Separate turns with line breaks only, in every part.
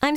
I'm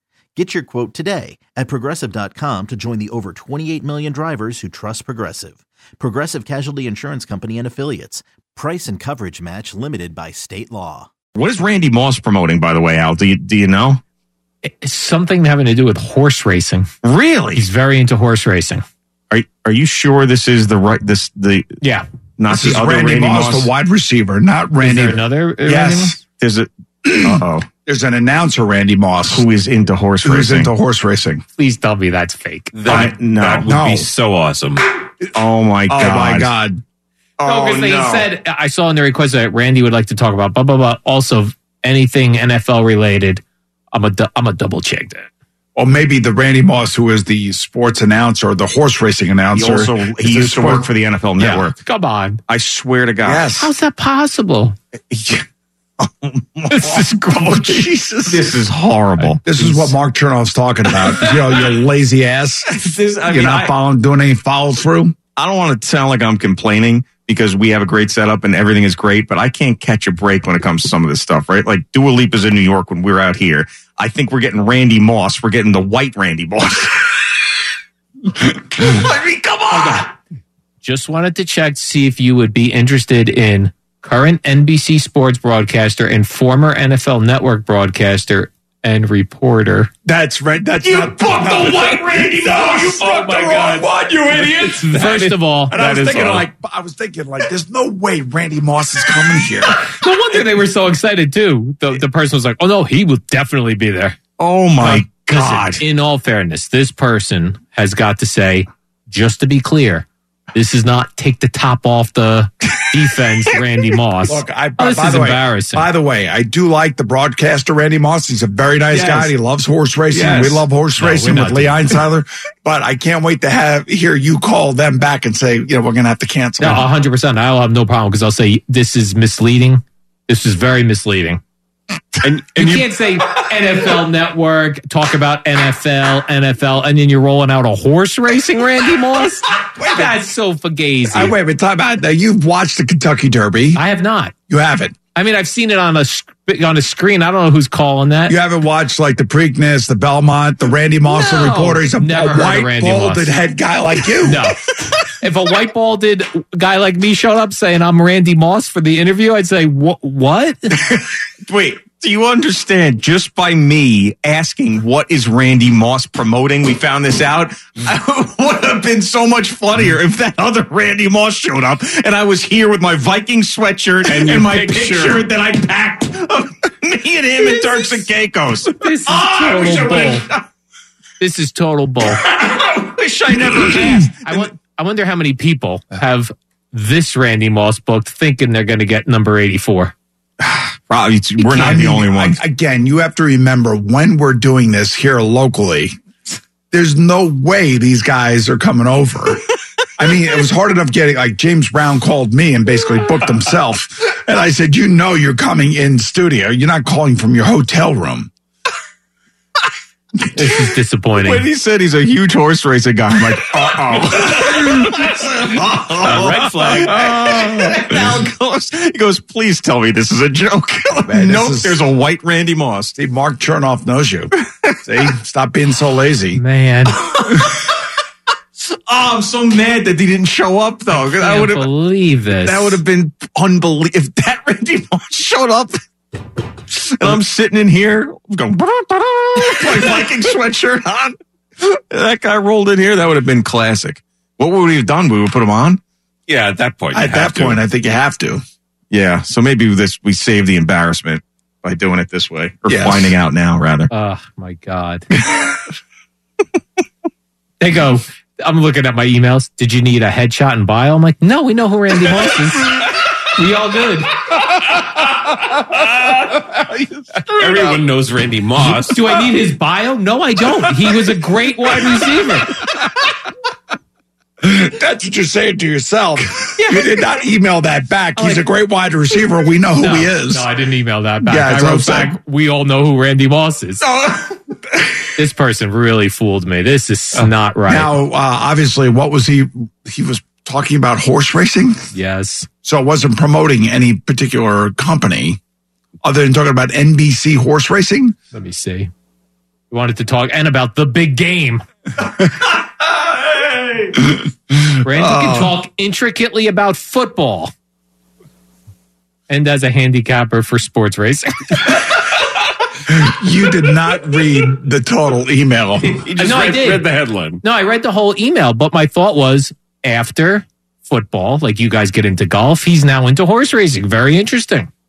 Get your quote today at progressive.com to join the over 28 million drivers who trust Progressive. Progressive Casualty Insurance Company and Affiliates. Price and coverage match limited by state law.
What is Randy Moss promoting, by the way, Al? Do you, do you know?
It's something having to do with horse racing.
Really?
He's very into horse racing.
Are are you sure this is the right this the
Yeah.
not
This is
the other
Randy, Moss, the wide receiver, not
Is
Randy.
there another? uh, Randy Moss?
yes,
There's a uh oh
there's an announcer, Randy Moss,
who is into horse
who's
racing.
into horse racing.
Please tell me that's fake.
I- no.
That would
No.
be so awesome.
oh my
Oh
god.
my God!
Oh,
no, because they
no.
said I saw in the request that Randy would like to talk about blah blah blah. Also, anything NFL related, I'm a du- I'm a double check that.
Or maybe the Randy Moss, who is the sports announcer, the horse racing
He
announcer.
also
It's
he
a
used to
sport-
work for the NFL
Yeah.
Network.
Come on,
I swear to God.
Yes.
how's that possible? This is great.
Oh, Jesus. This is horrible.
This is what Mark Chernoff's talking about. you know, you lazy ass.
This- I
You're
mean,
not
I-
following, doing any follow through.
I don't want to sound like I'm complaining because we have a great setup and everything is great, but I can't catch a break when it comes to some of this stuff, right? Like Dua Lipa's in New York when we're out here. I think we're getting Randy Moss. We're getting the white Randy Moss. I mean, come on.
Just wanted to check to see if you would be interested in current NBC sports broadcaster and former NFL Network broadcaster and reporter.
That's right. That's
You
not
booked the white Randy Moss. You booked the wrong one, you idiots.
First of all,
And I
That
was
is
thinking,
all.
like, I was thinking, like, there's no way Randy Moss is coming here.
no wonder they were so excited too. The, the person was like, "Oh no, he will definitely be there."
Oh my
Um, Listen,
God.
in all fairness, this person has got to say, just to be clear, this is not take the top off the defense, Randy Moss.
Look, I,
Oh, this
by
is
the way,
embarrassing.
By the way, I do like the broadcaster Randy Moss. He's a very nice
Yes.
guy. He loves horse racing.
Yes.
We love horse
No,
racing
we're
with
not
Lee Einsiler. but I can't wait to have hear you call them back and say, you know, we're going to have to cancel.
no,
him.
hundred percent. I'll have no problem because I'll say this is misleading. This is very misleading.
And,
You, can't say NFL Network, talk about NFL, NFL, and then you're rolling out a horse racing Randy Moss. That's so fugazi.
Uh,
I,
wait, but time out. Now you've watched the Kentucky Derby.
have not.
You haven't.
I mean, I've seen it on a sc- on a screen. I don't know who's calling that.
You haven't watched like the Preakness, the Belmont, the Randy Moss, the
No.
reporter. He's a,
Never
a
heard of
white,
Randy Moss.
balded head guy like you.
No. if a white balded guy like me showed up saying I'm Randy Moss for the interview, I'd say, "Wh- what?
Wait, do you understand? Just by me asking what is Randy Moss promoting, we found this out. I would have been so much funnier if that other Randy Moss showed up and I was here with my Viking sweatshirt and, my picture. that I packed of me and him and Turks and Caicos.
This is
Ah, I wish I
total
would've-
bull. This is total bull.
I wish I never asked.
I, won- I wonder how many people have this Randy Moss booked thinking they're going to get number 84.
Probably, it's- we're
I
not the
mean,
only ones.
I- again, you have to remember when we're doing this here locally, there's no way these guys are coming over. I mean, it was hard enough getting like James Brown called me and basically booked himself. And I said, You know, you're coming in studio. You're not calling from your hotel room.
This is disappointing.
When he said he's a huge horse racing guy, I'm like, uh oh. red flag. Al goes, he goes, please tell me this is a joke.
Man, this
nope,
is-
there's a white Randy Moss.
See, Mark Chernoff knows you. See, stop being so lazy.
Man,
Oh, I'm so mad that he didn't show up though. 'cause I
I
would
can't
have
believe this.
that would have been unbelievable if that Randy Moss showed up. And I'm sitting in here going, my Viking sweatshirt on. That guy rolled in here. That would have been classic. What would we have done? We would have put him on? Yeah, at that point. you
At
have
that
to.
point, I think you have to.
yeah. So maybe this we save the embarrassment by doing it this way or
Yes.
finding out now rather.
Oh my god. they go. I'm looking at my emails. Did you need a headshot and bio? I'm like, no, we know who Randy Moss is. we all good.
Everyone knows Randy Moss.
Do I need his bio? No, I don't. He was a great wide receiver.
That's what you're saying to yourself. You did not email that back.
Oh,
He's a great wide receiver. We know who he is.
No, I didn't email that back.
Yeah, Oh.
I
that's
wrote
what I'm saying.
back. We all know who Randy Moss is. this person really fooled me. This is not right.
Oh. Now, uh, obviously, what was he? He was talking about horse racing,
yes.
so it wasn't promoting any particular company, other than talking about NBC horse racing.
Let me see. We wanted to talk and about the big game. Randy can
Uh.
talk intricately about football. And as a handicapper for sports racing.
You did not read the total email.
He just
No, I
read,
did.
read the headline.
No, I read the whole email, but my thought was after football, like you guys get into golf, he's now into horse racing. Very interesting.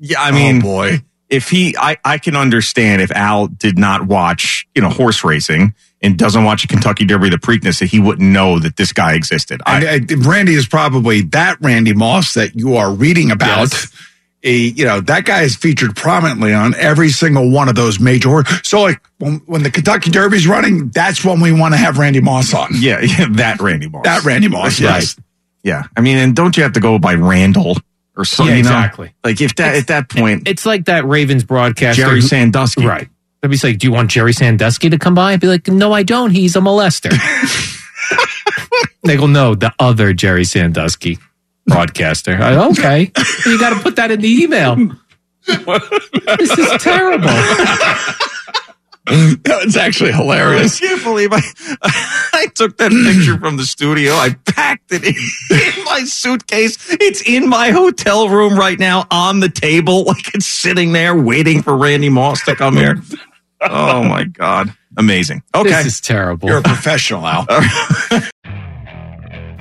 Yeah, I mean,
oh boy,
if he I, I can understand if Al did not watch, you know, horse racing and doesn't watch Kentucky Derby the Preakness that he wouldn't know that this guy existed. I,
I, I, Randy is probably that Randy Moss that you are reading about. A, you know that guy is featured prominently on every single one of those major. hor- So like when, when the Kentucky Derby's running, that's when we want to have Randy Moss on.
yeah, yeah, that Randy Moss.
That Randy Moss, yes.
Yeah. I mean, and don't you have to go by Randall or something?
Yeah,
you know?
exactly.
Like if that at that point,
It's like that Ravens broadcaster.
Jerry
who-
Sandusky.
Right. They'd be like, Do you want Jerry Sandusky to come by? I'd be like, No, I don't. He's a molester. they go, No, the other Jerry Sandusky broadcaster. I, okay. you got to put that in the email. this is terrible.
it's actually
I
hilarious.
can't believe I, I took that picture from the studio. I packed it in, in my suitcase. It's in my hotel room right now on the table. Like it's sitting there waiting for Randy Moss to come here. Oh my God. Amazing. Okay.
This is terrible.
You're a professional, Al.